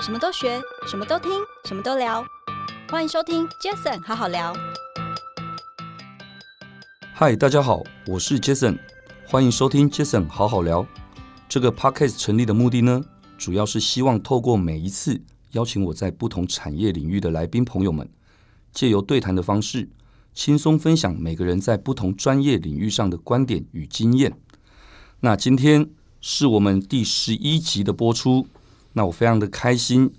什么都学，什么都听，什么都聊。欢迎收听 Jason 好好聊。嗨，大家好，我是 Jason，欢迎收听 Jason 好好聊。这个 podcast 成立的目的呢，主要是希望透过每一次邀请我在不同产业领域的来宾朋友们，借由对谈的方式，轻松分享每个人在不同专业领域上的观点与经验。那今天是我们第十一集的播出，那我非常的开心，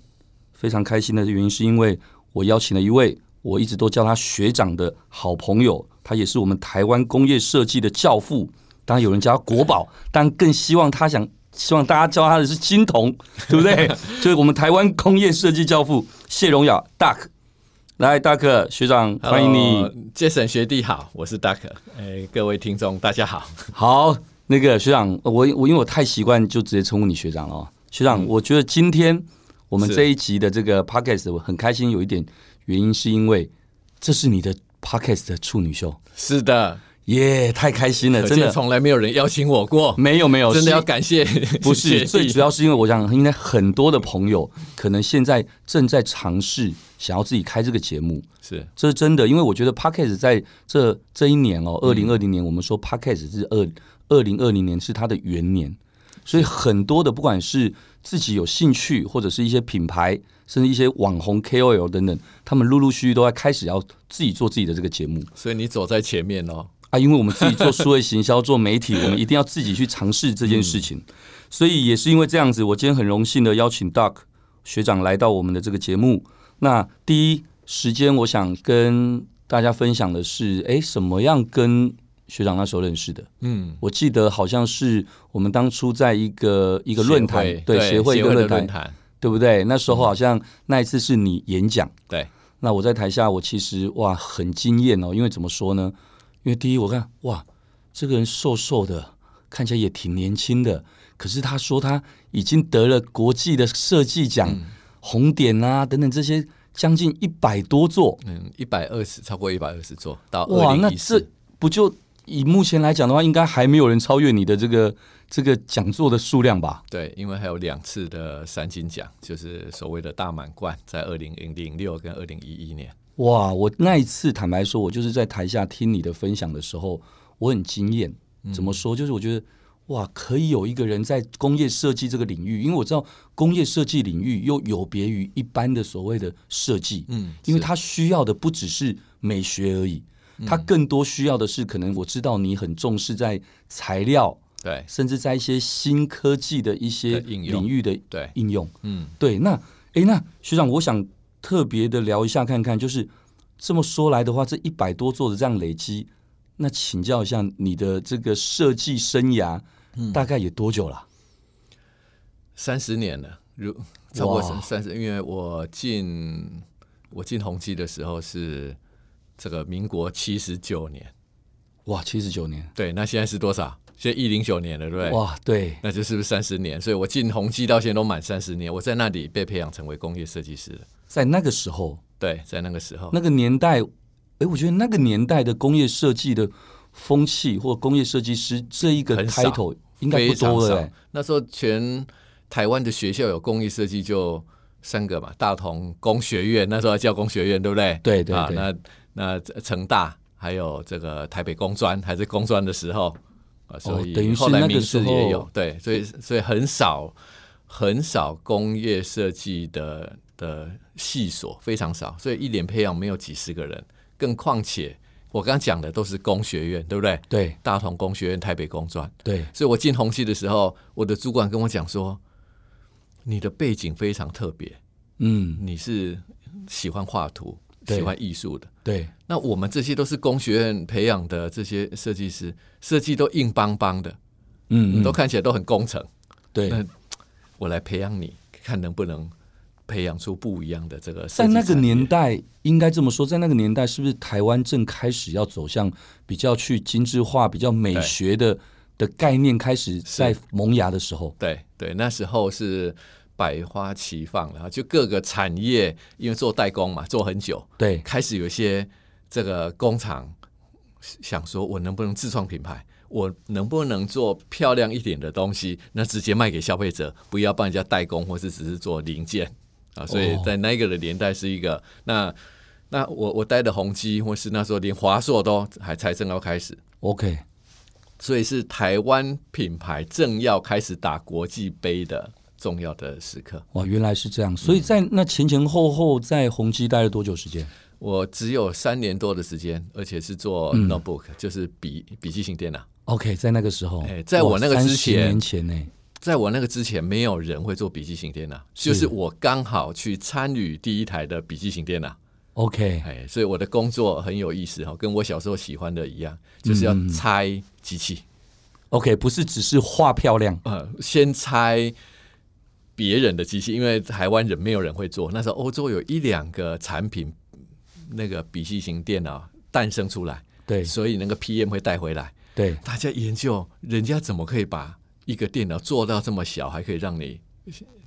非常开心的原因是因为我邀请了一位我一直都叫他学长的好朋友，他也是我们台湾工业设计的教父，当然有人叫他国宝，但更希望他想希望大家叫他的是金童，对不对？就是我们台湾工业设计教父谢荣雅 Duck，来 Duck 学长， 欢迎你。 ，Jason 学弟好，我是 Duck，哎、各位听众大家好，好，那个学长，呃我我因为我太习惯就直接称呼你学长了、哦。学嗯长，我觉得今天我们是这一集的这嗯个 podcast 我很开心，有一点原因是因为这是你的 podcast 的处女秀，是的，耶、太开心了，可哎真见的从来没有人邀请我过，没有没有，真是的要感谢 不学是弟最主要是因为我想，应该很多的朋友可能现在正在尝试想要自己开这个节目，是这是真的，因为我觉得 Podcast 在这这一年哦，二零二零年，我们说 Podcast 是二二零二零年是它的元年，所以很多的不管是自己有兴趣，或者是一些品牌，甚至一些网红 KOL 等等，他们陆陆续续都在开始要自己做自己的这个节目所以你走在前面哦，啊，因为我们自己做数位行销、 做媒体，我们一定要自己去尝试这件事情，所以也是因为这样子，我今天很荣幸的邀请 Duck 学长来到我们的这个节目。那第一时间，我想跟大家分享的是，诶，什么样跟学长那时候认识的？嗯，我记得好像是我们当初在一个一一个论坛，对协协会一个的论论坛，坛，对不对？那时候好像那一次是你演讲，对，那我在台下，我其实哇很惊艳哦，因为怎么说呢？因为第一，我看哇，这个人瘦瘦的，看起来也挺年轻的，可是他说他已经得了国际的设计奖、嗯红点啊等等这些将近一百多座，嗯，一百二十超过一百二十座到哇，二那零这一四，不就以目前来讲的话，应该还没有人超越你的这个这个讲座的数量吧？对，因为还有两次的三金奖，就是所谓的大满贯，在二零零六跟二零一一年，哇，我那一次坦白说，我就是在台下听你的分享的时候，我很惊艳。怎嗯么说？就是我觉得哇，可以有一个人在工业设计这个领域，因为我知道工业设计领域又有别于一般的所谓的设计，嗯，因为是嗯它需要的不只是美学而已，它更多需要的是可能我知道你很重视在材料，对甚至在一些新科技的一些的应用领域的对，应用。嗯对，那诶，那学长，我想特别的聊一下看看，就是这么说来的话，这一百多座的这样累积，那请教一下你的这个设计生涯，嗯大概也多久了？三十年了，如超过哇三三十，因为我进我进宏基的时候是这个民国七十九年，哇，七十九年，对，那现在是多少？现在一零九年了，对不对？哇，对，那就是不是三十年？所以我进宏基到现在都满三十年，我在那里被培养成为工业设计师了。在那个时候，对，在那个时候，那个年代，诶，我觉得那个年代的工业设计的风气或工业设计师这一个很少 title 应该非不常多了、欸少。那时候全台湾的学校有工艺设计就三个嘛，大同工学院，那时候还叫工学院，对不对？对对啊，对那那成大还有这个台北工专，还是工专的时候啊，所以、哦等于是后来那个名时师候也有，对，所以所以很少很少工业设计的的系所非常少，所以一年培养没有几十个人，更况且。我刚讲的都是工学院，对不对？对大同工学院、台北工专，对，所以我进红系的时候，我的主管跟我讲说，你的背景非常特别，嗯，你是喜欢画图、对喜欢艺术的。对，那我们这些都是工学院培养的这些设计师，设计都硬邦邦的，嗯，嗯都看起来都很工程。对。那我来培养你，看能不能培养出不一样的这个设在计那个产业年代，应该这么说，在那个年代，是不是台湾正开始要走向比较去精致化、比较美学的的概念开始在萌芽的时候？对对，那时候是百花齐放，然后就各个产业，因为做代工嘛，做很久，对，开始有一些这个工厂想说，我能不能自创品牌？我能不能做漂亮一点的东西？那直接卖给消费者，不要帮人家代工，或是只是做零件。啊，所以哦在那个的年代是一个、那那我我待的宏基或是那时候连华硕都还才正要开始， OK，所以是台湾品牌正要开始打国际杯的重要的时刻。哇，原来是这样。嗯所以在那前前后后在宏基待了多久时间？我只有三年多的时间，而且是做 notebook，、就是笔笔记型电脑。 OK，在那个时候，哎在我那个之前30年前呢、在我那个之前，没有人会做笔记型电脑，是就是我刚好去参与第一台的笔记型电脑， o k 哎，所以我的工作很有意思哈，哦跟我小时候喜欢的一样，就是嗯要拆机器， OK，不是只是画漂亮，呃，先拆别人的机器，因为台湾人没有人会做，那时候欧洲有一两个产品，那个笔记型电脑诞生出来，对所以那个 PM 会带回来，对，大家研究人家怎么可以把一个电脑做到这么小，还可以让你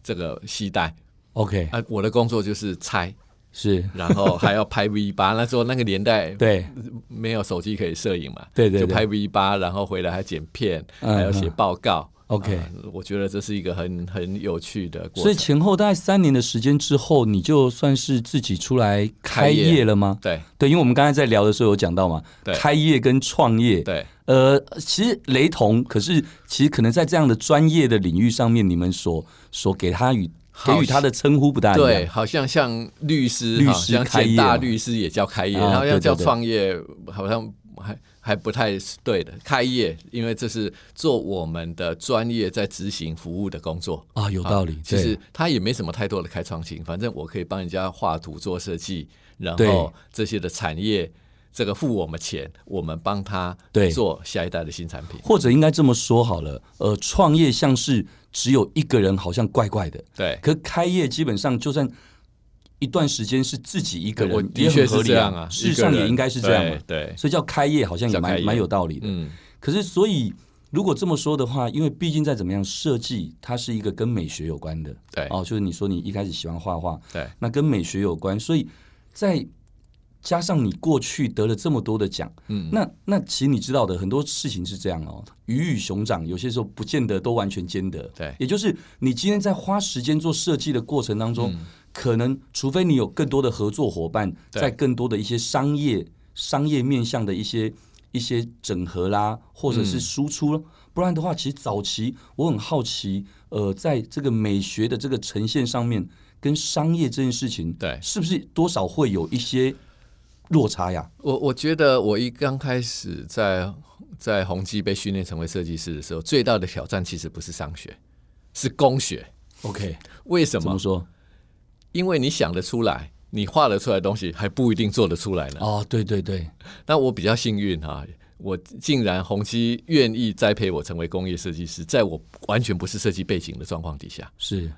这个携带。 OK，啊，我的工作就是拆，是，然后还要拍 V 八。那时候那个年代， 对没有手机可以摄影嘛，对对就对拍 V 八，然后回来还剪片，嗯还要写报告。 ，OK。啊我觉得这是一个很很有趣的过所以程。前后大概三年的时间之后，你就算是自己出来开业了吗？对对，因为我们刚才在聊的时候有讲到嘛，对开业跟创业，对呃，其实雷同，可是其实可能在这样的专业的领域上面，你们所所给他与好给予他的称呼不大一对，样。好像像律师，律好师像开简业大嘛律师也叫开业，啊然后要对对叫对创业，好像还还不太是对的。开业，因为这是做我们的专业在执行服务的工作。啊，有道理啊。其对实它也没什么太多的开创性，反正我可以帮人家画图做设计，然对后这些的产业，这个付我们钱，我们帮他对做下一代的新产品。或者应该这么说好了，呃，创业像是只有一个人，好像怪怪的。对，可开业基本上就算一段时间是自己一个人，我也的确很是合理这样啊，事实一个上也人应该是这样嘛。对，对所以叫开业好像也叫开蛮业蛮有道理的。嗯，可是所以如果这么说的话，因为毕竟再怎么样，设计它是一个跟美学有关的。对哦，就是你说你一开始喜欢画画，对，那跟美学有关，所以再加上你过去得了这么多的奖，嗯那那其实你知道的很多事情是这样哦，鱼与熊掌有些时候不见得都完全兼得，对也就是你今天在花时间做设计的过程当中，可能除非你有更多的合作伙伴，嗯对在更多的一些商业商业面向的一些一些整合啦，或者嗯是输出啦不然的话，其实早期我很好奇，呃，在这个美学的这个呈现上面，跟商业这件事情，对是不是多少会有一些落差呀？我我觉得我一刚开始在在宏基被训练成为设计师的时候，最大的挑战其实不是商学，是工学。 OK，为什怎么么？说？因为你想得出来，你画得出来的东西还不一定做得出来呢。哦，对对对，那我比较幸运哈、我竟然宏基愿意栽培我成为工业设计师，在我完全不是设计背景的状况底下，是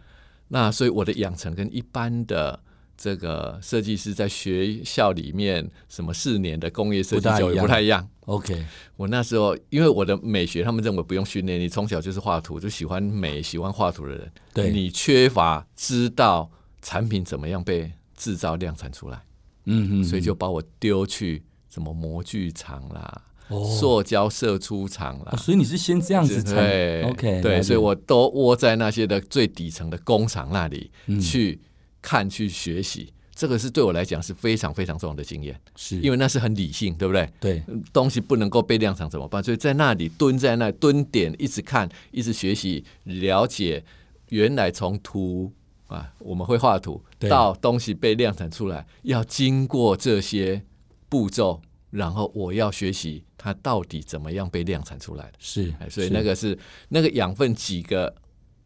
那所以我的养成跟一般的这个设计师在学校里面什么四年的工业设计教育不不太太一样。 OK，我那时候因为我的美学，他们认为不用训练，你从小就是画图，就喜欢美、喜欢画图的人，对你缺乏知道产品怎么样被制造、量产出来，嗯嗯，所以就把我丢去什么模具厂啦、哦塑胶射出厂啦。哦所以你是先这样子才对 OK，了对，解所以我都窝在那些的最底层的工厂那里、嗯去看、去学习，这个是对我来讲是非常非常重要的经验，是因为为那嗯是很理性，对不对？对东西不能够被量产怎么办？所以在那里蹲在那蹲点，一直看，一直学习，了解原来从图啊，我们会画图对到东西被量产出来，要经过这些步骤，然后我要学习它到底怎么样被量产出来的。是哎，所以是那个是那个养分几个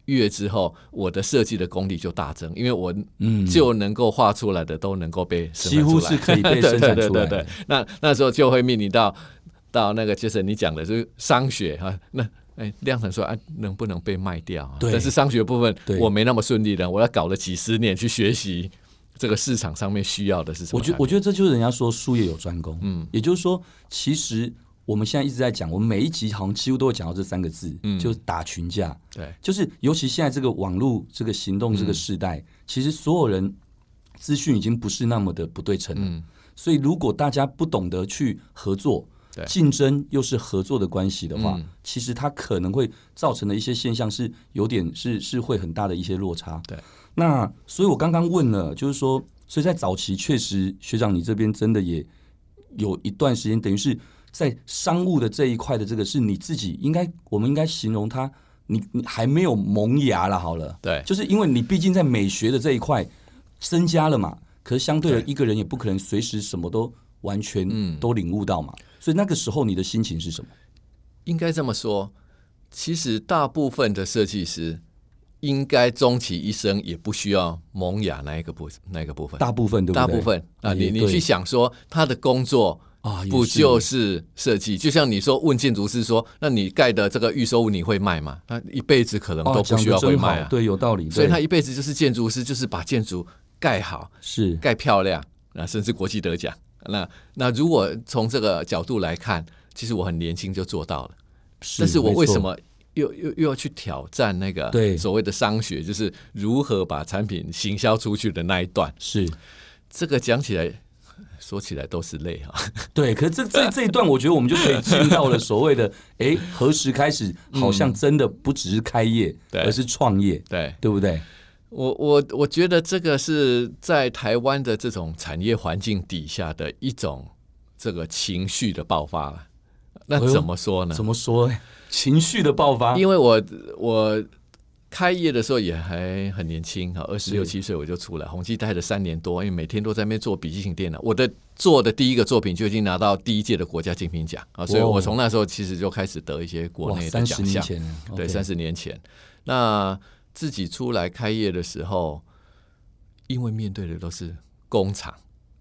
月之后，我的设计的功力就大增，因为我嗯就能够画出来的都能够被生产几乎出来是可以 被生产出来 对对对对的对，那那时候就会面临到到那个就是你讲的就是商学啊，那。哎，量产出来、啊、能不能被卖掉、啊？对但是商学部分对我没那么顺利的，我要搞了几十年去学习这个市场上面需要的是什么我产品。觉我觉得这就是人家说术业有专攻，嗯，也就是说，其实我们现在一直在讲，我们每一集好像几乎都会讲到这三个字，嗯，就是打群架，对嗯就是尤其现在这个网络这个行动这个时代，其实所有人资讯已经不是那么的不对称了。嗯所以如果大家不懂得去合作对，嗯竞争又是合作的关系的话，其实它可能会造成的一些现象是有点是是会很大的一些落差。对，那所以，我刚刚问了，就是说，所以在早期确实，学长你这边真的也有一段时间，等于是在商务的这一块的这个，是你自己应该，我们应该形容它，你你还没有萌芽了，好了，对就是因为你毕竟在美学的这一块增加了嘛，可是相对的，对一个人也不可能随时什么都完全嗯都领悟到嘛，所以那个时候你的心情是什么？应该这么说，其实大部分的设计师应该终其一生也不需要萌芽那一个部那一个部分，大部分对不对？大部分啊，也你你对去想说他的工作。啊，也不是就是设计？就像你说，问建筑师说：“那你盖的这个预售物你会卖吗？”他一辈子可能哦都不讲需得要会真好卖啊，对，有道理，所以对他一辈子就是建筑师，就是把建筑盖好、是盖漂亮，啊，甚至国际得奖。那那如果从这个角度来看，其实我很年轻就做到了。但是我没为什错么又又又要去挑战那个对所谓的商学，就是如何把产品行销出去的那一段？是这个讲起来 说起来都是累哈、 对，可是这这这一段，我觉得我们就可以进到了所谓的，哎，何时开始？好像真的不只是开业，嗯对而是创业，对对不对？我我我觉得这个是在台湾的这种产业环境底下的一种这个情绪的爆发了。那哎呦怎么说呢？怎么说？哎情绪的爆发，嗯因为我我开业的时候也还很年轻哈，二十六七岁我就出来，宏基待了三年多，因为每天都在那边做笔记型电脑。我的做的第一个作品就已经拿到第一届的国家精品奖啊，所以哇哦我从那时候其实就开始得一些国哇，内的三十奖年项。前了，对， OK 三十年前，那自己出来开业的时候，因为面对的都是工厂，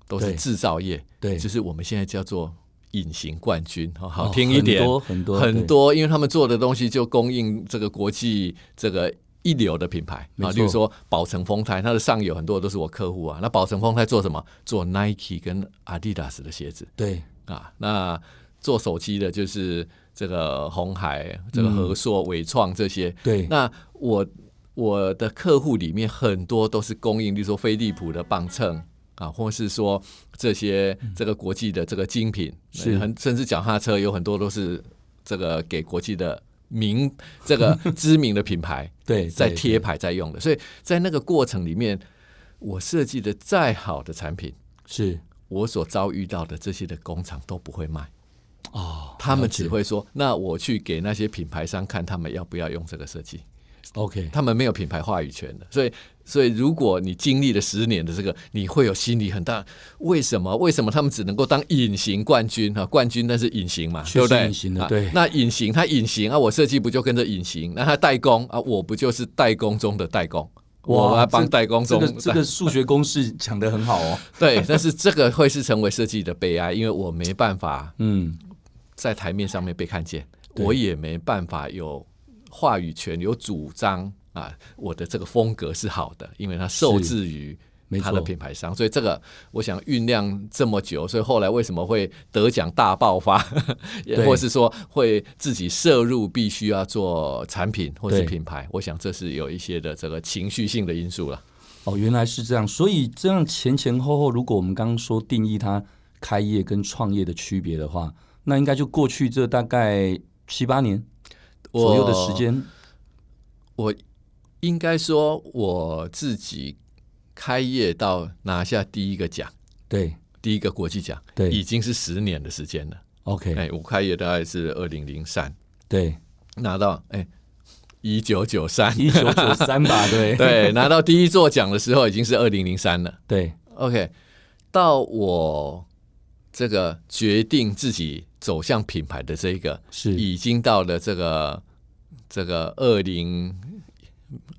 都是对制造业，对就是我们现在叫做隐形冠军，哦好哦听一点，很多很多很对多，因为他们做的东西就供应这个国际这个一流的品牌没啊，错例如说宝城丰泰，它的上游很多都是我客户啊。那宝城丰泰做什么？做 Nike 跟 Adidas 的鞋子对啊。那做手机的就是这个红海、这个和硕、伟创这些。对，那我我的客户里面很多都是供应，例如说飞利浦的磅秤啊，或是说这些这个国际的这个精品，嗯是很甚至脚踏车有很多都是这个给国际的名这 个知名的品牌对在对贴牌在用的，所以在那个过程里面，我设计的再好的产品，是我所遭遇到的这些的工厂都不会卖。哦，他了们解只会说，那我去给那些品牌商看，他们要不要用这个设计。 OK，他们没有品牌话语权的，所以所以如果你经历了十年的这个，你会有心理很大。为什么？为什么他们只能够当隐形冠军啊？冠军但是隐形嘛，确实对不对？隐形的啊对那隐形，它隐形啊，我设计不就跟着隐形？那它代工啊，我不就是代工中的代工？我要帮这代工这中个这个数学公式讲得很好哦， 对，但是这个会是成为设计的悲哀，因为我没办法嗯，在台面上面被看见，对我也没办法有话语权、有主张啊。我的这个风格是好的，因为它受是制于没它的错，品牌商，所以这个我想酝酿这么久，所以后来为什么会得奖大爆发， 也对或是说会自己摄入必须要做产品或是对品牌，我想这是有一些的这个情绪性的因素了。哦，原来是这样，所以这样前前后后，如果我们刚刚说定义它开业跟创业的区别的话，那应该就过去这大概七八年左右的时，间，我应该说我自己开业到拿下第一个奖，对第一个国际奖，对已经是十年的时间了。 ，OK，哎，我开业大概是二零零三对，拿到，哎，一九九三。一九九三吧，对 对，拿到第一座奖的时候已经是二零零三了。对 OK，到我这个决定自己走向品牌的这一个，是，已经到了这个这个二零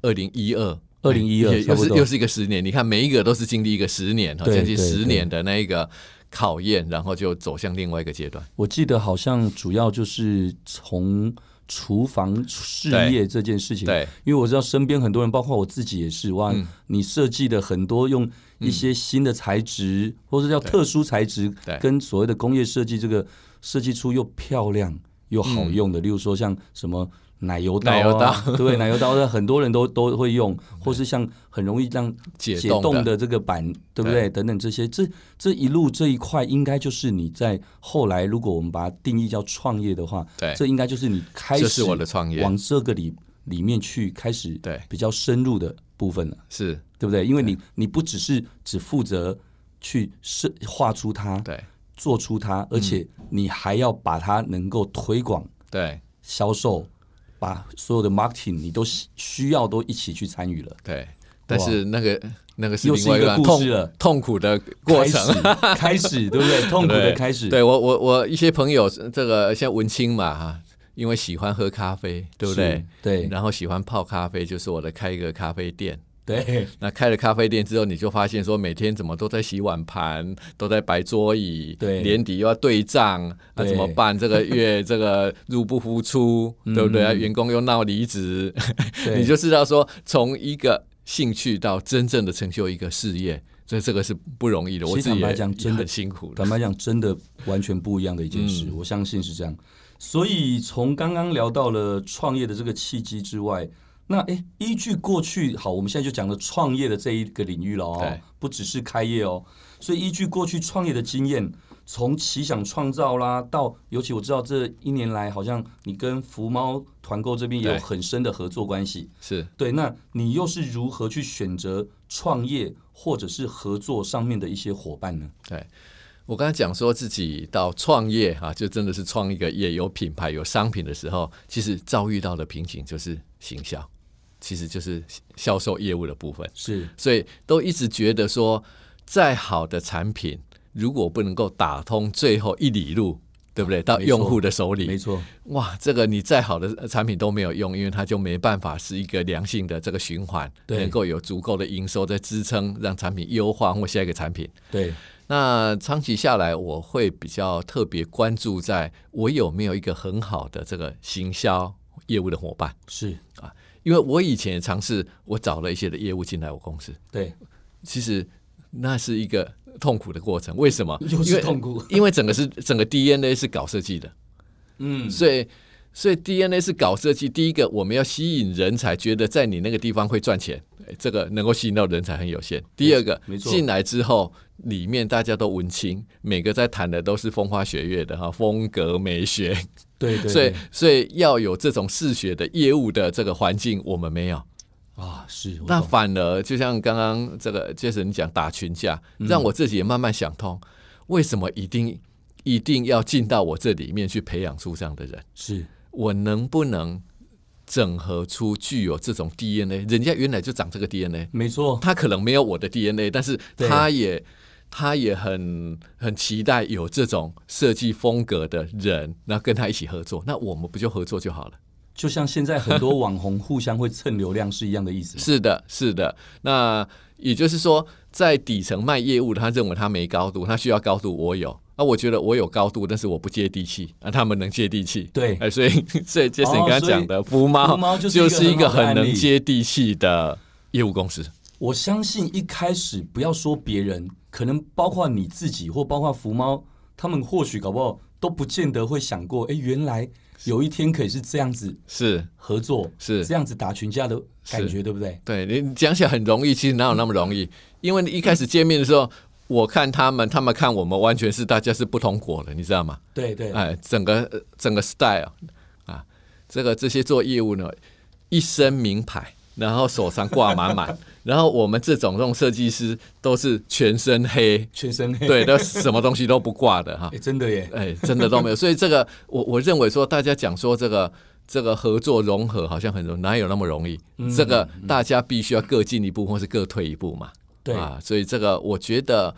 二零一二。 2012哎也差又不是多又是一个十年，你看每一个都是经历一个十年，哈对将近对十对年的那一个考验，然后就走向另外一个阶段。我记得好像主要就是从厨房事业这件事情，对因为我知道身边很多人，包括我自己也是，哇，嗯你设计的很多用一些新的材质，或是叫特殊材质嗯对，跟所谓的工业设计这个设计出又漂亮又好用的，例如说像什么。奶油刀、啊，嗯奶油 刀对，奶油刀，很多人都都会用，或是像很容易让解解冻的冻的这个板，对不对？等等这些，这这一路这一块，应该就是你在后来，如果我们把它定义叫创业的话，对这应该就是你开这始是我的创业往这个里里面去开始对比较深入的部分了，是对不对？因为你你不只是只负责去设画出它，对嗯做出它，而且你还要把它能够推广、对销售，把所有的 marketing 你都需需要都一起去参与了。对，但是那个那个是又另是外一个段故事了痛痛苦的过程。程开始，对不 对？痛苦的对开始，对我我我一些朋友，这个像文青嘛哈，因为喜欢喝咖啡，对不对是？对然后喜欢泡咖啡，就是我的开一个咖啡店。对那开了咖啡店之后，你就发现说，每天怎么都在洗碗盘，都在摆桌椅，对年底又要对账，那、对怎么办？这个月这个入不 敷出，对不对？啊员工又闹离职，嗯对 你就知道说，从一个兴趣到真正的成就一个事业，这这个是不容易的。我其实自己坦白也讲真也的很辛苦的。坦白讲，真的完全不一样的一件嗯事，我相信是这样。所以从刚刚聊到了创业的这个契机之外，那诶，依据过去好，我们现在就讲了创业的这一个领域了哦对，不只是开业哦。所以依据过去创业的经验，从奇想创造啦，到尤其我知道这一年来，好像你跟福猫团购这边也有对很深的合作关系。是对，那你又是如何去选择创业或者是合作上面的一些伙伴呢？对。哎我刚才讲说自己到创业啊，就真的是创一个业，有品牌、有商品的时候，其实遭遇到的瓶颈就是行销，其实就是销售业务的部分。是所以都一直觉得说，再好的产品，如果不能够打通最后一里路，对不对？到啊没错用户的手里，没错，哇，这个你再好的产品都没有用，因为它就没办法是一个良性的这个循环，对能够有足够的营收在支撑，让产品优化或下一个产品。对，那长期下来，我会比较特别关注在我有没有一个很好的这个行销业务的伙伴，是，因为我以前也尝试，我找了一些的业务进来我公司， 对，其实那是一个痛苦的过程。为什么？又因为是痛苦，因为整个是整个 DNA 是搞设计的，嗯，所以所以 DNA 是搞设计。第一个，我们要吸引人才，觉得在你那个地方会赚钱，诶这个能够吸引到人才很有限。第二个没，错进来之后。里面大家都文青，每个在谈的都是风花雪月的哈，风格美学，对对，所以对所以要有这种视觉的业务的这个环境，我们没有。啊，是，我那懂反而就像刚刚这个 Jason 你讲打群架，让我自己也慢慢想通，为什么一定一定要进到我这里面去培养出这样的人？是我能不能整合出具有这种 DNA？人家原来就长这个 DNA，没错，他可能没有我的 DNA，但是对他也他也很很期待有这种设计风格的人，然后跟他一起合作，那我们不就合作就好了？就像现在很 多网红互相会蹭流量是一样的意思嘛，是的，是的。那也就是说，在底层卖业务的，他认为他没高度，他需要高度，我有。那、我觉得我有高度，但是我不接地气，啊，他们能接地气。对哎、所以所以杰森哦刚刚所以讲的福猫福猫就是就一个是一很个好的很案能例接地气的业务公司。我相信一开始不要说别人，可能包括你自己或包括福猫，他们或许搞不好都不见得会想过，哎，原来有一天可以是这样子是，合作，是这样子打群架的感是觉，对不对？对你讲起来很容易，其实哪有那么容易？因为你一开始见面的时候，我看他们，他们看我们，完全是大家是不同国的，你知道吗？对对，哎，整个呃整个 style 啊，这个这些做业务呢，一身名牌，然后手上挂满满，然后我们这种这种设计师都是全身黑，全身黑，对，都什么东西都不挂的哈哎，，真的耶，哎，真的都没有。所以这个我我认为说，大家讲说这个。这个合作融合好像很容哪有那么容易？这个大家必须要各进一步，或是各退一步嘛。对，啊，所以这个我觉得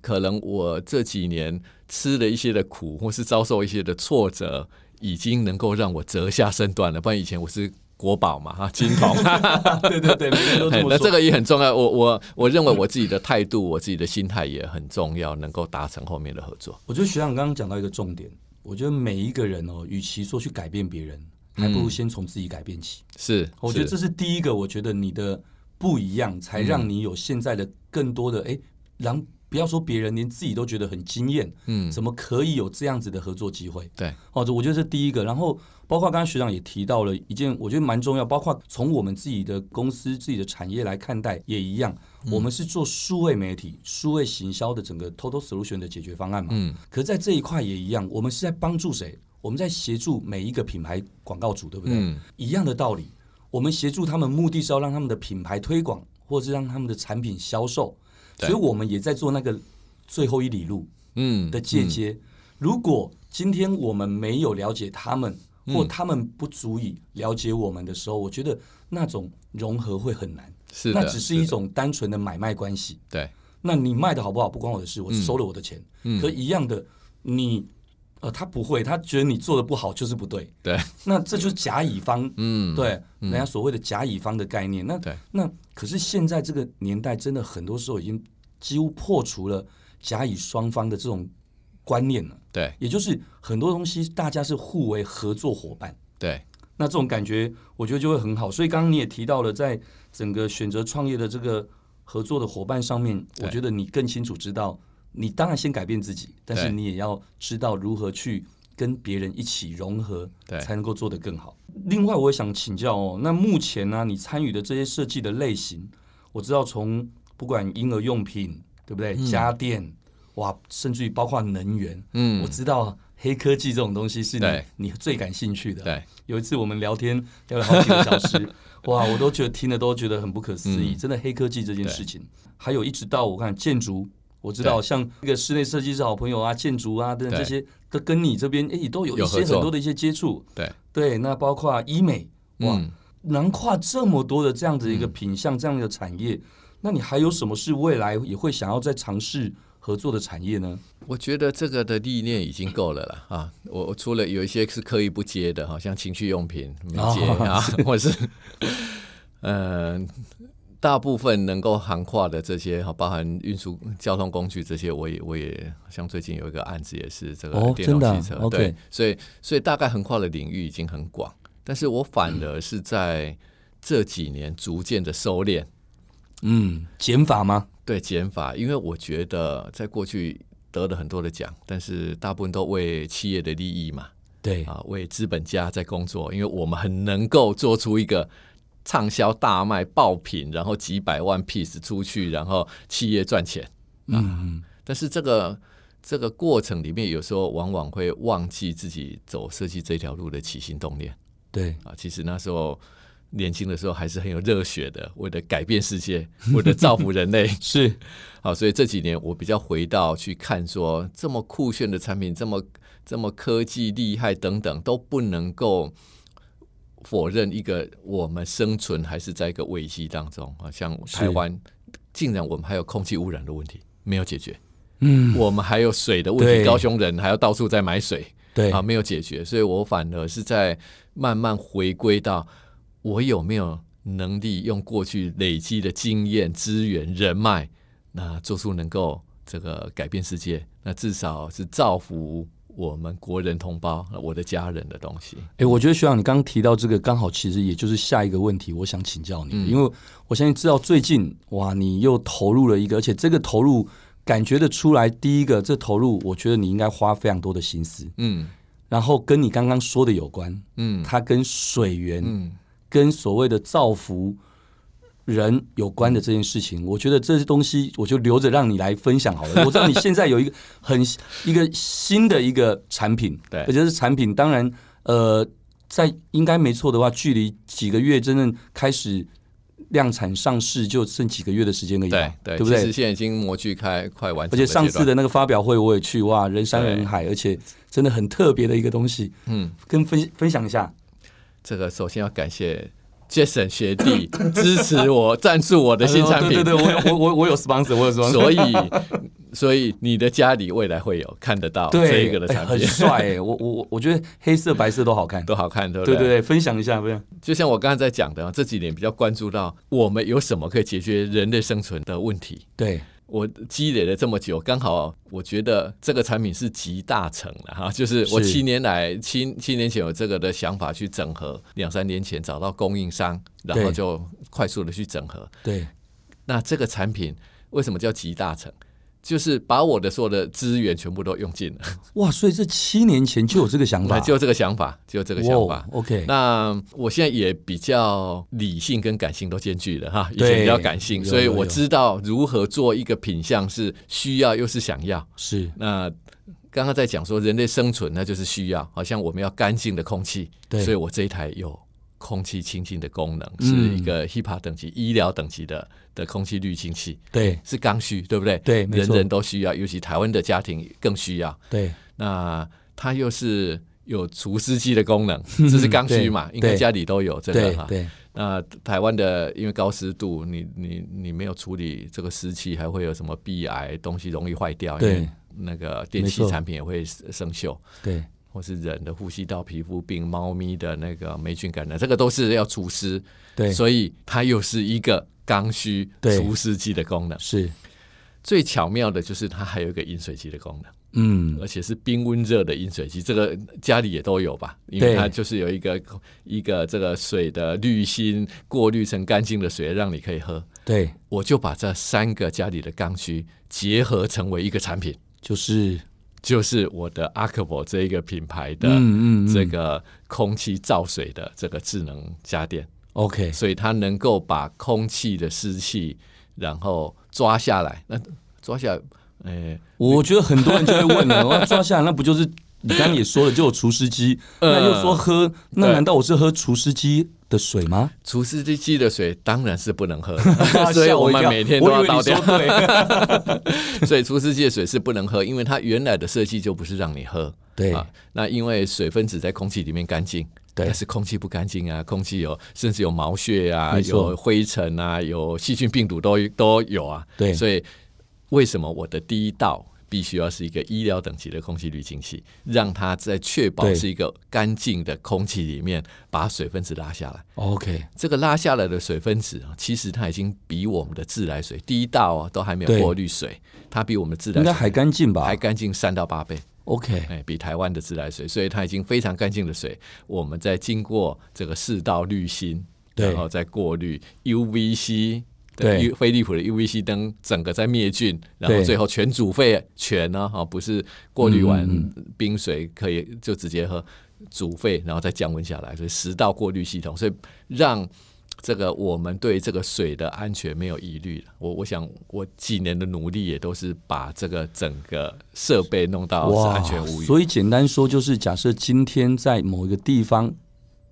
可能我这几年吃了一些的苦，或是遭受一些的挫折，已经能够让我折下身段了。不然以前我是国宝嘛，哈，金 童， 对对对，每个人都这哎么那说这。个也很重要。我我我认为我自己的态度，我自己的心态也很重要，能够达成后面的合作。我觉得学长刚刚讲到一个重点，我觉得每一个人哦，与其说去改变别人，还不如先从自己改变起。是，哦我觉得嗯是嗯这是第一个，我觉得你的不一样，才让你有现在的更多的哎，让不要说别人，连自己都觉得很惊艳，嗯，怎么可以有这样子的合作机会？对，哦，这我觉得这第一个。然后包括刚刚学长也提到了一件，我觉得蛮重要，包括从我们自己的公司、自己的产业来看待也一样。嗯我们是做数位媒体、数位行销的整个 total solution 的解决方案嘛。嗯，可是在这一块也一样，我们是在帮助谁？我们在协助每一个品牌广告主，对不对？嗯，一样的道理。我们协助他们目的是要让他们的品牌推广，或是让他们的产品销售，对所以我们也在做那个最后一里路嗯的借接。如果今天我们没有了解他们，嗯或他们不足以了解我们的时候，我觉得那种融合会很难。是的，那只是一种单纯的买卖关系。对，那你卖的好不好不关我的嗯事，我收了我的钱。可一样的，你呃，他不会，他觉得你做的不好就是不对。对，那这就是甲乙方，嗯，对，人家所谓的甲乙方的概念。那对那可是现在这个年代，真的很多时候已经几乎破除了甲乙双方的这种观念了。对也就是很多东西大家是互为合作伙伴。对那这种感觉，我觉得就会很好。所以刚刚你也提到了，在整个选择创业的这个合作的伙伴上面，对我觉得你更清楚知道，你当然先改变自己，但是对你也要知道如何去跟别人一起融合，对才能够做得更好。另外，我也想请教哦，那目前呢、你参与的这些设计的类型，我知道从不管婴儿用品，对不对？家电，哇，甚至于包括能源，嗯我知道黑科技这种东西是你对你最感兴趣的，对，有一次我们聊天聊了好几个小 时，哇，我都觉得听了都觉得很不可思嗯议，真的黑科技这件事情，还有一直到我看建筑，我知道像那个室内设计师好朋友啊、建筑啊等等这对些，都跟你这边哎、都有一有些合作很多的一些接触，对，对，那包括医美，哇，嗯囊括这么多的这样子一个品相、这样的产业，那你还有什么是未来也会想要再尝试合作的产业呢？我觉得这个的历练已经够了啦啊！我我除了有一些是刻意不接的，好像情趣用品没接、哦啊， 或是嗯、大部分能够涵括的这些，好包含运输交通工具这些，我也我也像最近有一个案子也是这个哦电真动的啊汽车， OK 对，所以所以大概横跨的领域已经很广，但是我反而是在这几年逐渐的收敛，嗯，减法吗？对减法，因为我觉得在过去得了很多的奖，但是大部分都为企业的利益嘛，对，啊，为资本家在工作，因为我们很能够做出一个畅销大卖爆品，然后几百万 piece 出去，然后企业赚钱。嗯，但是这个这个过程里面，有时候往往会忘记自己走设计这条路的起心动念对，啊。其实那时候年轻的时候还是很有热血的，为了改变世界，为了造福人类。 是， 好，所以这几年我比较回到去看说，这么酷炫的产品，这么这么科技厉害等等，都不能够否认一个我们生存还是在一个危机当中啊。像台湾，竟然我们还有空气污染的问题没有解决， 嗯，我们还有水的问对题，高雄人还要到处在买水。对啊，没有解决，所以我反而是在慢慢回归到我有没有能力用过去累积的经验、资源、人脉，那做出能够这个改变世界，那至少是造福我们国人同胞、我的家人的东西。哎、我觉得学长，你刚刚提到这个，刚好其实也就是下一个问题，我想请教你，因为我相信知道最近哇，你又投入了一个，而且这个投入感觉得出来，第一个这投入，我觉得你应该花非常多的心思，嗯然后跟你刚刚说的有关，嗯它跟水源、嗯，跟所谓的造福人有关的这件事情，我觉得这些东西我就留着让你来分享好 了。我知道你现在有一个很一个新的一个产品，对而且是产品，当然呃，在应该没错的话，距离几个月真正开始量产上市就剩几个月的时间而已对嘛，对，对不其实对？现在已经模具开快完而成且了阶段，上次的那个发表会我也去，哇，人山人海，而且真的很特别的一个东西，嗯，跟分分享一下。这个首先要感谢 Jason 学弟支持我、赞助我的新产品。哦对对对，我有我我我有 sponsor，我有 sponsor，所以，所以你的家里未来会有看得到这对，一个的哎产很品，帅、哎，我我我我觉得黑色白色都好看。 都好看， 对不对啊对对对，分享一下，分享。就像我刚才在讲的，这几年比较关注到我们有什么可以解决人类生存的问题。对，我积累了这么久，刚好我觉得这个产品是集大成了哈， 就是我是七年来七七年前有这个的想法去整合，两三年前找到供应商，然后对就快速的去整合。对，那这个产品为什么叫集大成？就是把我的所有的资源全部都用尽了。哇，所以这七年前就有这个想法，那就这个想法，就这这个想法。 OK，那我现在也比较理性跟感性都兼具了哈，以对前比较感性，有所以有我有知道如何做一个品相是需要又是想要。是那刚刚在讲说人类生存，那就是需要，好像我们要干净的空气，对所以我这一台有空气清净的功能，嗯是一个 HEPA 等级、医疗等级的的空气滤清器，对是刚需，对不对？对没人错人都需要，尤其台湾的家庭更需要。对那它又是有除湿机的 功能，这是刚需嘛，嗯对应该对家里都有这个对哈。对，那台湾的因为高湿度，你你你没有处理这个湿气，还会有什么壁癌东西容易坏掉，因对为那个电没器错产品也会生锈。对或是人的呼吸道皮肤病、猫咪的那个霉菌感染，这个都是要除湿，对，所以它又是一个刚需对除湿机的功能。是最巧妙的就是它还有一个饮水机的功能，嗯，而且是冰温热的饮水机，这个家里也都有吧？因为对它就是有一个一个这个水的滤芯过滤成干净的水，让你可以喝。对，我就把这三个家里的刚需结合成为一个产品，就是就是我的阿克伯这一个品牌的嗯嗯嗯啊这个空气造水的这个智能家电， OK，所以它能够把空气的湿气然后抓下来，那抓下来，呃、我觉得很多人就会问 了，我抓下来那不就是你刚刚也说了，就有除湿机，那又说喝，那嗯对难道我是喝除湿机的水吗？，除湿机的水当然是不能喝的 所 以吓我一们跳每天都我要以为倒你掉说。 对，所以除湿机的水是不能喝，因为它原来的设计就不是让你喝。对啊，那因为水分子在空气里面干净，对但是空气不干净啊，空气有甚至有毛屑啊，没错有灰尘啊，有细菌、病毒都都有啊。对所以为什么我的第一道必须要是一个医疗等级的空气滤清器，让它在确保对是一个干净的空气里面把水分子拉下来。 ，OK，这个拉下来的水分子啊，其实它已经比我们的自来水第一道啊都还没对有过滤水，它比我们的自来应该水还干净吧？还干净三到八倍。 OK，哎，比台湾的自来水，所以它已经非常干净的水，我们在经过这个四道滤芯，对然后再过滤 UVC 的对 U 飞利浦的 UVC 灯，整个在灭菌，然对后最后全煮沸，全呢、哦，不是过滤完嗯冰水可以就直接喝，煮沸然后再降温下来，所以十道过滤系统，所以让。这个我们对这个水的安全没有疑虑了。我我想我几年的努力也都是把这个整个设备弄到是安全无虞。所以简单说就是，假设今天在某一个地方，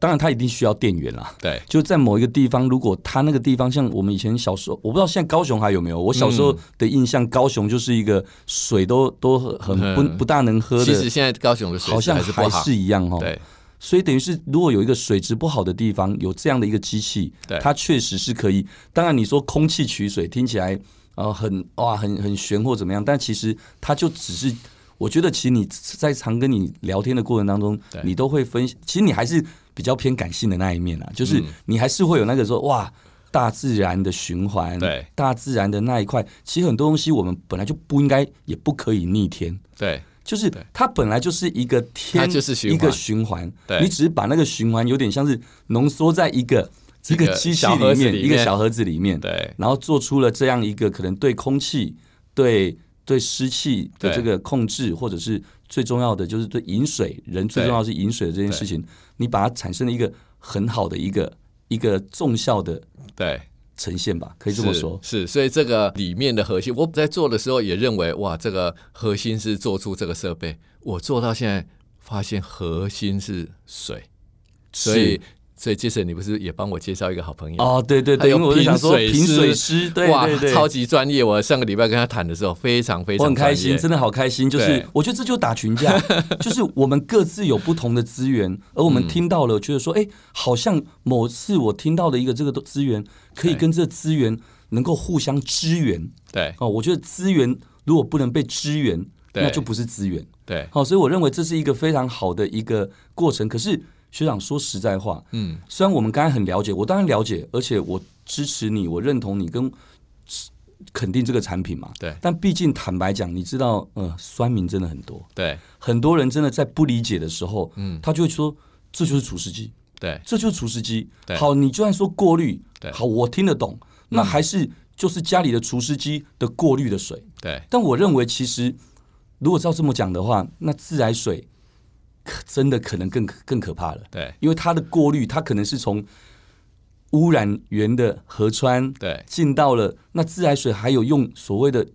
当然它一定需要电源啦。对，就在某一个地方，如果它那个地方像我们以前小时候，我不知道现在高雄还有没有。我小时候的印象，高雄就是一个水都都很很不嗯不大能喝其实的，现在高雄的水好质像还是不还好，是一样哦。对所以等于是，如果有一个水质不好的地方，有这样的一个机器对，它确实是可以。当然，你说空气取水听起来呃很哇很很玄或怎么样，但其实它就只是，我觉得其实你在常跟你聊天的过程当中对，你都会分析，其实你还是比较偏感性的那一面啊，嗯就是你还是会有那个说哇。大自然的循环，对大自然的那一块，其实很多东西我们本来就不应该，也不可以逆天。对就是对它本来就是一个天，它就是循一环个循环，对你只是把那个循环有点像是浓缩在一个一个机器小盒里子面，里一个面小盒子里面，对然后做出了这样一个可能对空气、对对湿气的对这个控制，或者是最重要的就是对饮水，人最对重要的是饮水的这件事情，你把它产生了一个很好的一个一个纵效的对，呈现吧，可以这么是说，是，所以这个里面的核心，我在做的时候也认为，哇，这个核心是做出这个设备，我做到现在发现核心是水，所以是。所以杰森，你不是也帮我介绍一个好朋友？哦，对对还对，有因为我就想说水平水师，对哇对对，，超级专业！我上个礼拜跟他谈的时候，非常非常我很开专心，业真的好开心。就是对我觉得这就是打群 架，就是我们各自有不同的资源，而我嗯们听到了，觉得说，哎、好像某次我听到的一个这个资源，可以对跟这资源能够互相支援对哦。我觉得资源如果不能被支援，对那就不是资源。对，好、所以我认为这是一个非常好的一个过程。可是学长说实在话，嗯，虽然我们刚才很了解，我当然了解，而且我支持你，我认同你跟肯定这个产品嘛。对但毕竟坦白讲，你知道，呃，酸民真的很多，对很多人真的在不理解的时候，嗯，他就会说这就是除湿机，对这就是除湿机对。好，你就算说过滤对，好，我听得懂，那还是就是家里的除湿机的过滤的水。对但我认为，其实如果照这么讲的话，那自来水可真的可能更更可怕了。对因为它的过滤，它可能是从污染源的河川对进到了那自来水，还有用所谓的，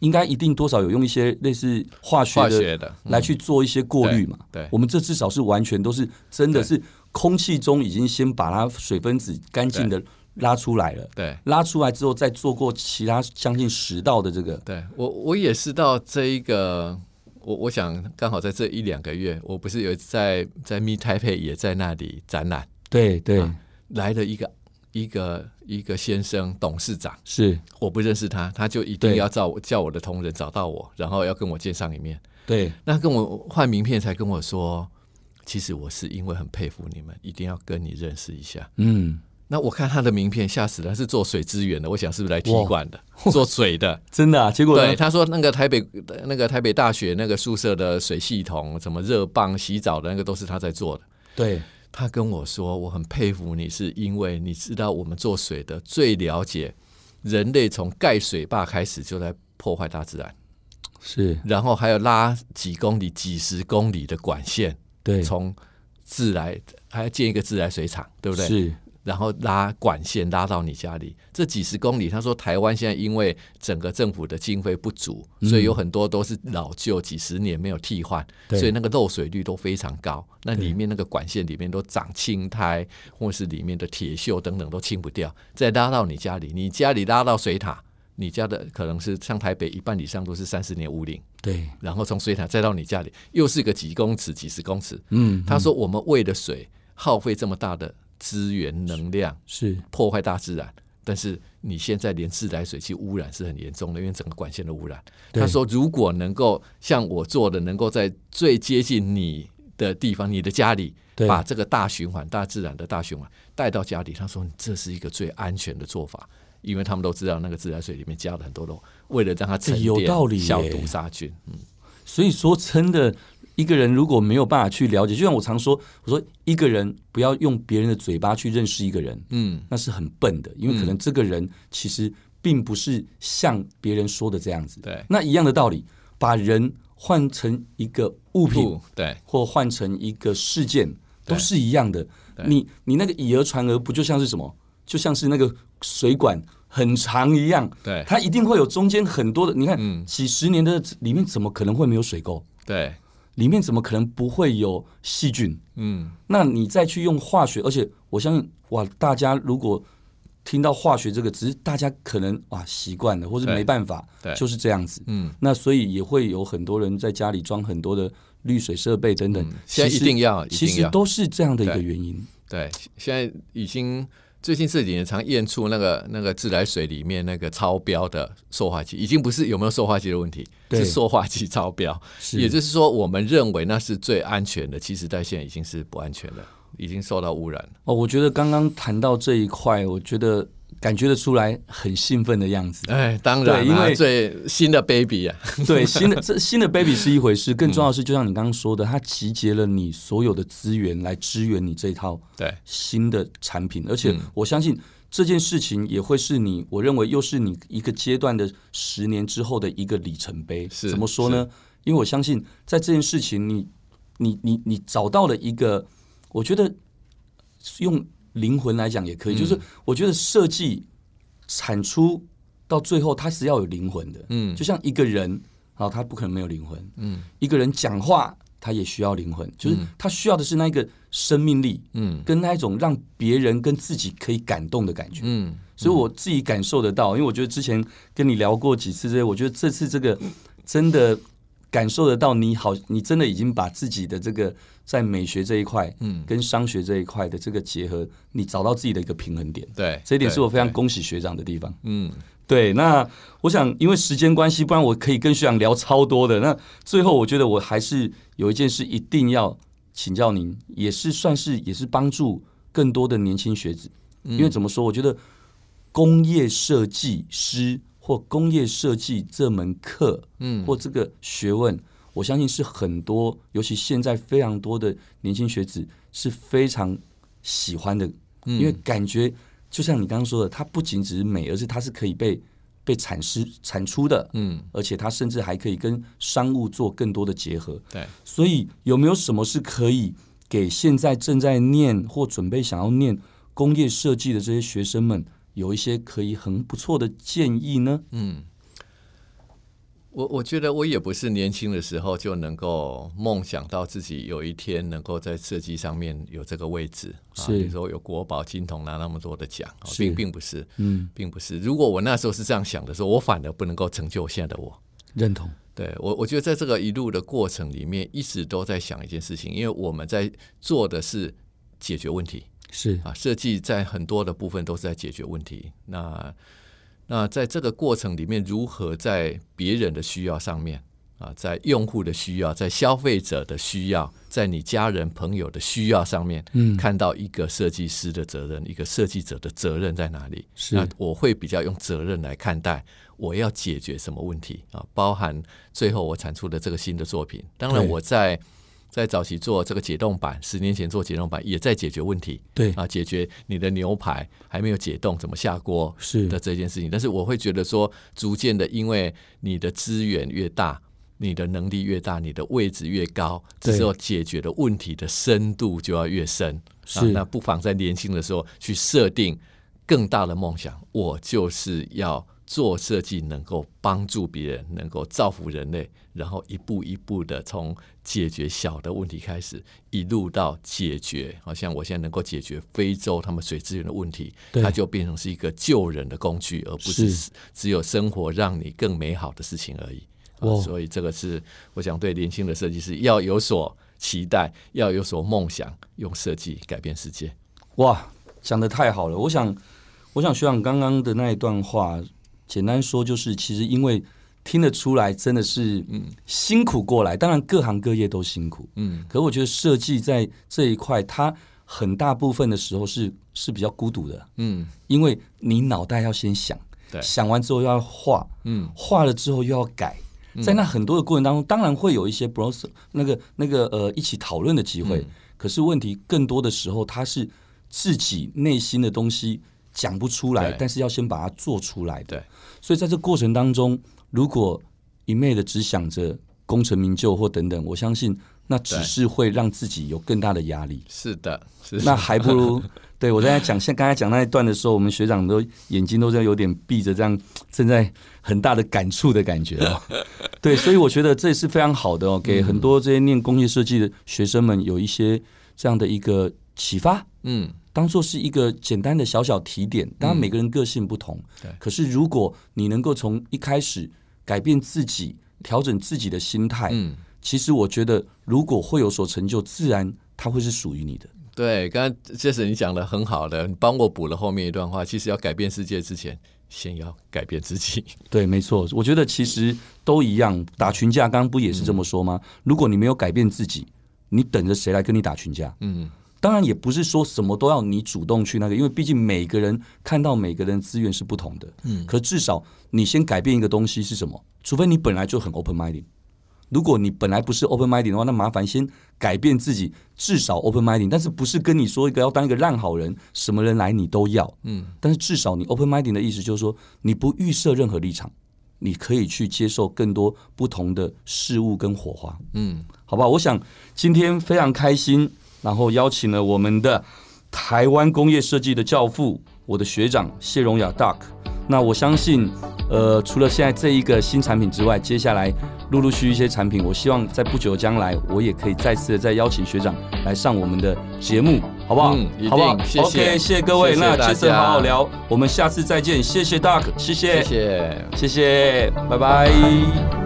应该一定多少有用一些类似化学化的学的嗯来去做一些过滤嘛。对对我们这至少是完全都是真的对是空气中已经先把它水分子干净的拉出来了。对拉出来之后，再做过其他将近十道的这个，对，我我也是到这一个，我我想刚好在这一两个月，我不是有在在 Meet Taipei 也在那里展览，对对、来了一个一个一个先生董事长，是，我不认识他，他就一定对要叫我叫我的同仁找到我，然后要跟我见上一面。对那跟我换名片才跟我说，其实我是因为很佩服你们，一定要跟你认识一下。嗯，那我看他的名片，吓死了，他是做水资源的，我想是不是来踢馆的，做水的。真的啊。结果呢对，他说那个台北那个台北大学那个宿舍的水系统，什么热棒、洗澡的那个都是他在做的。对他跟我说，我很佩服你，是因为你知道我们做水的最了解人类从盖水坝开始就在破坏大自然，是，然后还有拉几公里、几十公里的管线，对从自来还要建一个自来水厂，对不对？是，然后拉管线拉到你家里，这几十公里，他说台湾现在因为整个政府的经费不足，嗯所以有很多都是老旧，几十年没有替换，对所以那个漏水率都非常高。那里面那个管线里面都长青苔，或是里面的铁锈等等都清不掉，再拉到你家里，你家里拉到水塔，你家的可能是像台北一半以上都是三十年屋龄，对，然后从水塔再到你家里，又是个几公尺、几十公尺。嗯，他说我们为了水耗费这么大的资源能量。是，破坏大自然，但是你现在连自来水去污染是很严重的，因为整个管线的污染。对他说，如果能够像我做的，能够在最接近你的地方，你的家里，对把这个大循环、大自然的大循环带到家里，他说这是一个最安全的做法，因为他们都知道那个自来水里面加了很多肉，为了让它沉淀、有道理耶消毒杀菌。嗯，所以说真的，一个人如果没有办法去了解，就像我常说，我说一个人不要用别人的嘴巴去认识一个人，嗯，那是很笨的，因为可能这个人其实并不是像别人说的这样子。对，那一样的道理，把人换成一个物品，不对，或换成一个事件，对都是一样的。对你你那个以讹传讹，不就像是什么？就像是那个水管很长一样，对，它一定会有中间很多的。你看，嗯几十年的里面怎么可能会没有水垢？对，里面怎么可能不会有细菌？嗯，那你再去用化学，而且我相信，哇，大家如果听到化学这个，只是大家可能哇习惯了，或是对没办法对，就是这样子。嗯，那所以也会有很多人在家里装很多的滤水设备等等，嗯现在其一实定要，一其定实要。都是这样的一个对原因。对，现在已经最近这几年常验出那个那个自来水里面那个超标的塑化剂，已经不是有没有塑化剂的问题，对是塑化剂超标。是也就是说，我们认为那是最安全的，其实在现在已经是不安全了，已经受到污染了。哦，我觉得刚刚谈到这一块，我觉得感觉得出来很兴奋的样子。哎，当然、啊，对因为最新的 baby 啊， 对，新的这新的 baby 是一回事，更重要的是，就像你刚刚说的，它集结了你所有的资源来支援你这一套对新的产品，而嗯且我相信这件事情也会是你，我认为又是你一个阶段的十年之后的一个里程碑。是怎么说呢？因为我相信在这件事情你，你你你找到了一个，我觉得用灵魂来讲也嗯可以，就是我觉得设计产出到最后，它是要有灵魂的。嗯就像一个人啊，他不可能没有灵魂。嗯，一个人讲话，他也需要灵魂，就是他需要的是那一个生命力。嗯跟那一种让别人跟自己可以感动的感觉。嗯，所以我自己感受得到，因为我觉得之前跟你聊过几次这些，我觉得这次这个真的感受得到，你好，你真的已经把自己的这个在美学这一块，嗯，跟商学这一块的这个结合，你找到自己的一个平衡点。对，这一点对是我非常恭喜学长的地方。嗯，对，那我想因为时间关系，不然我可以跟学长聊超多的。那最后我觉得我还是有一件事一定要请教您，也是算是也是帮助更多的年轻学子，因为怎么说，我觉得工业设计师或工业设计这门课，嗯，或这个学问。我相信是很多，尤其现在非常多的年轻学子是非常喜欢的，因为感觉就像你刚刚说的，它不仅只是美，而是它是可以被被产师产出的，嗯，而且它甚至还可以跟商务做更多的结合。对，所以有没有什么是可以给现在正在念或准备想要念工业设计的这些学生们有一些可以很不错的建议呢？嗯，我我觉得我也不是年轻的时候就能够梦想到自己有一天能够在设计上面有这个位置，啊、是比如说有国宝金童拿那么多的奖，啊是并并不是，嗯，并不是。如果我那时候是这样想的时候，我反而不能够成就现在的我。认同，对我，我觉得在这个一路的过程里面，一直都在想一件事情，因为我们在做的是解决问题是啊，设计在很多的部分都是在解决问题。那那在这个过程里面，如何在别人的需要上面啊，在用户的需要，在消费者的需要，在你家人朋友的需要上面，嗯看到一个设计师的责任，一个设计者的责任在哪里？是那我会比较用责任来看待我要解决什么问题啊，包含最后我产出的这个新的作品。当然，对我在在早期做这个解冻版，十年前做解冻版也在解决问题对，啊，解决你的牛排还没有解冻怎么下锅是的这件事情。但是我会觉得说，逐渐的，因为你的资源越大。你的能力越大，你的位置越高，对之后解决的问题的深度就要越深。是啊，那不妨在年轻的时候去设定更大的梦想。我就是要做设计，能够帮助别人，能够造福人类，然后一步一步的从解决小的问题开始，一路到解决，好像我现在能够解决非洲他们水资源的问题，对它就变成是一个救人的工具，而不是是只有生活让你更美好的事情而已。啊哇所以这个是我想对年轻的设计师要有所期待，要有所梦想，用设计改变世界。哇，讲的太好了！我想，我想学长刚刚的那一段话，简单说就是，其实因为听得出来，真的是嗯辛苦过来。当然，各行各业都辛苦，嗯，可我觉得设计在这一块，它很大部分的时候是是比较孤独的，嗯因为你脑袋要先想，对想完之后要画，嗯，画了之后又要改。在那很多的过程当中，当然会有一些 bros 那个那个呃一起讨论的机嗯会，可是问题更多的时候，它是自己内心的东西讲不出来，对但是要先把它做出来的对。所以在这过程当中，如果一昧的只想着功成名就或等等，我相信那只对是会让自己有更大的压力。是的，是那还不 如对我在讲像刚才讲那一段的时候，我们学长都眼睛都在有点闭着，这样正在很大的感触的感觉 哦。对，所以我觉得这也是非常好的哦，给很多这些念工业设计的学生们有一些这样的一个启发，嗯当做是一个简单的小小提点。当然每个人个性不同，嗯对可是如果你能够从一开始改变自己，调整自己的心态，嗯，其实我觉得如果会有所成就，自然它会是属于你的。对，刚刚杰森你讲的很好的，你帮我补了后面一段话。其实要改变世界之前，先要改变自己。对，没错，我觉得其实都一样，打群架刚刚不也是这么说吗？如果你没有改变自己，你等着谁来跟你打群架？嗯，当然也不是说什么都要你主动去那个，因为毕竟每个人看到每个人资源是不同的。嗯，可至少你先改变一个东西是什么？除非你本来就很 open minded。如果你本来不是 open minded 的话，那麻烦先改变自己，至少 open minded。但是不是跟你说一个要当一个烂好人，什么人来你都要。嗯，但是至少你 open minded 的意思就是说，你不预设任何立场，你可以去接受更多不同的事物跟火花。嗯，好吧，我想今天非常开心，然后邀请了我们的台湾工业设计的教父，我的学长谢荣雅 Duck。那我相信，呃，除了现在这一个新产品之外，接下来陆陆续续一些产品，我希望在不久的将来，我也可以再次的再邀请学长来上我们的节目，好不好？嗯一定好不好谢谢 OK，谢谢各位。谢谢那大杰家森好好聊，我们下次再见，谢谢 Duck，谢谢，谢谢。谢谢拜拜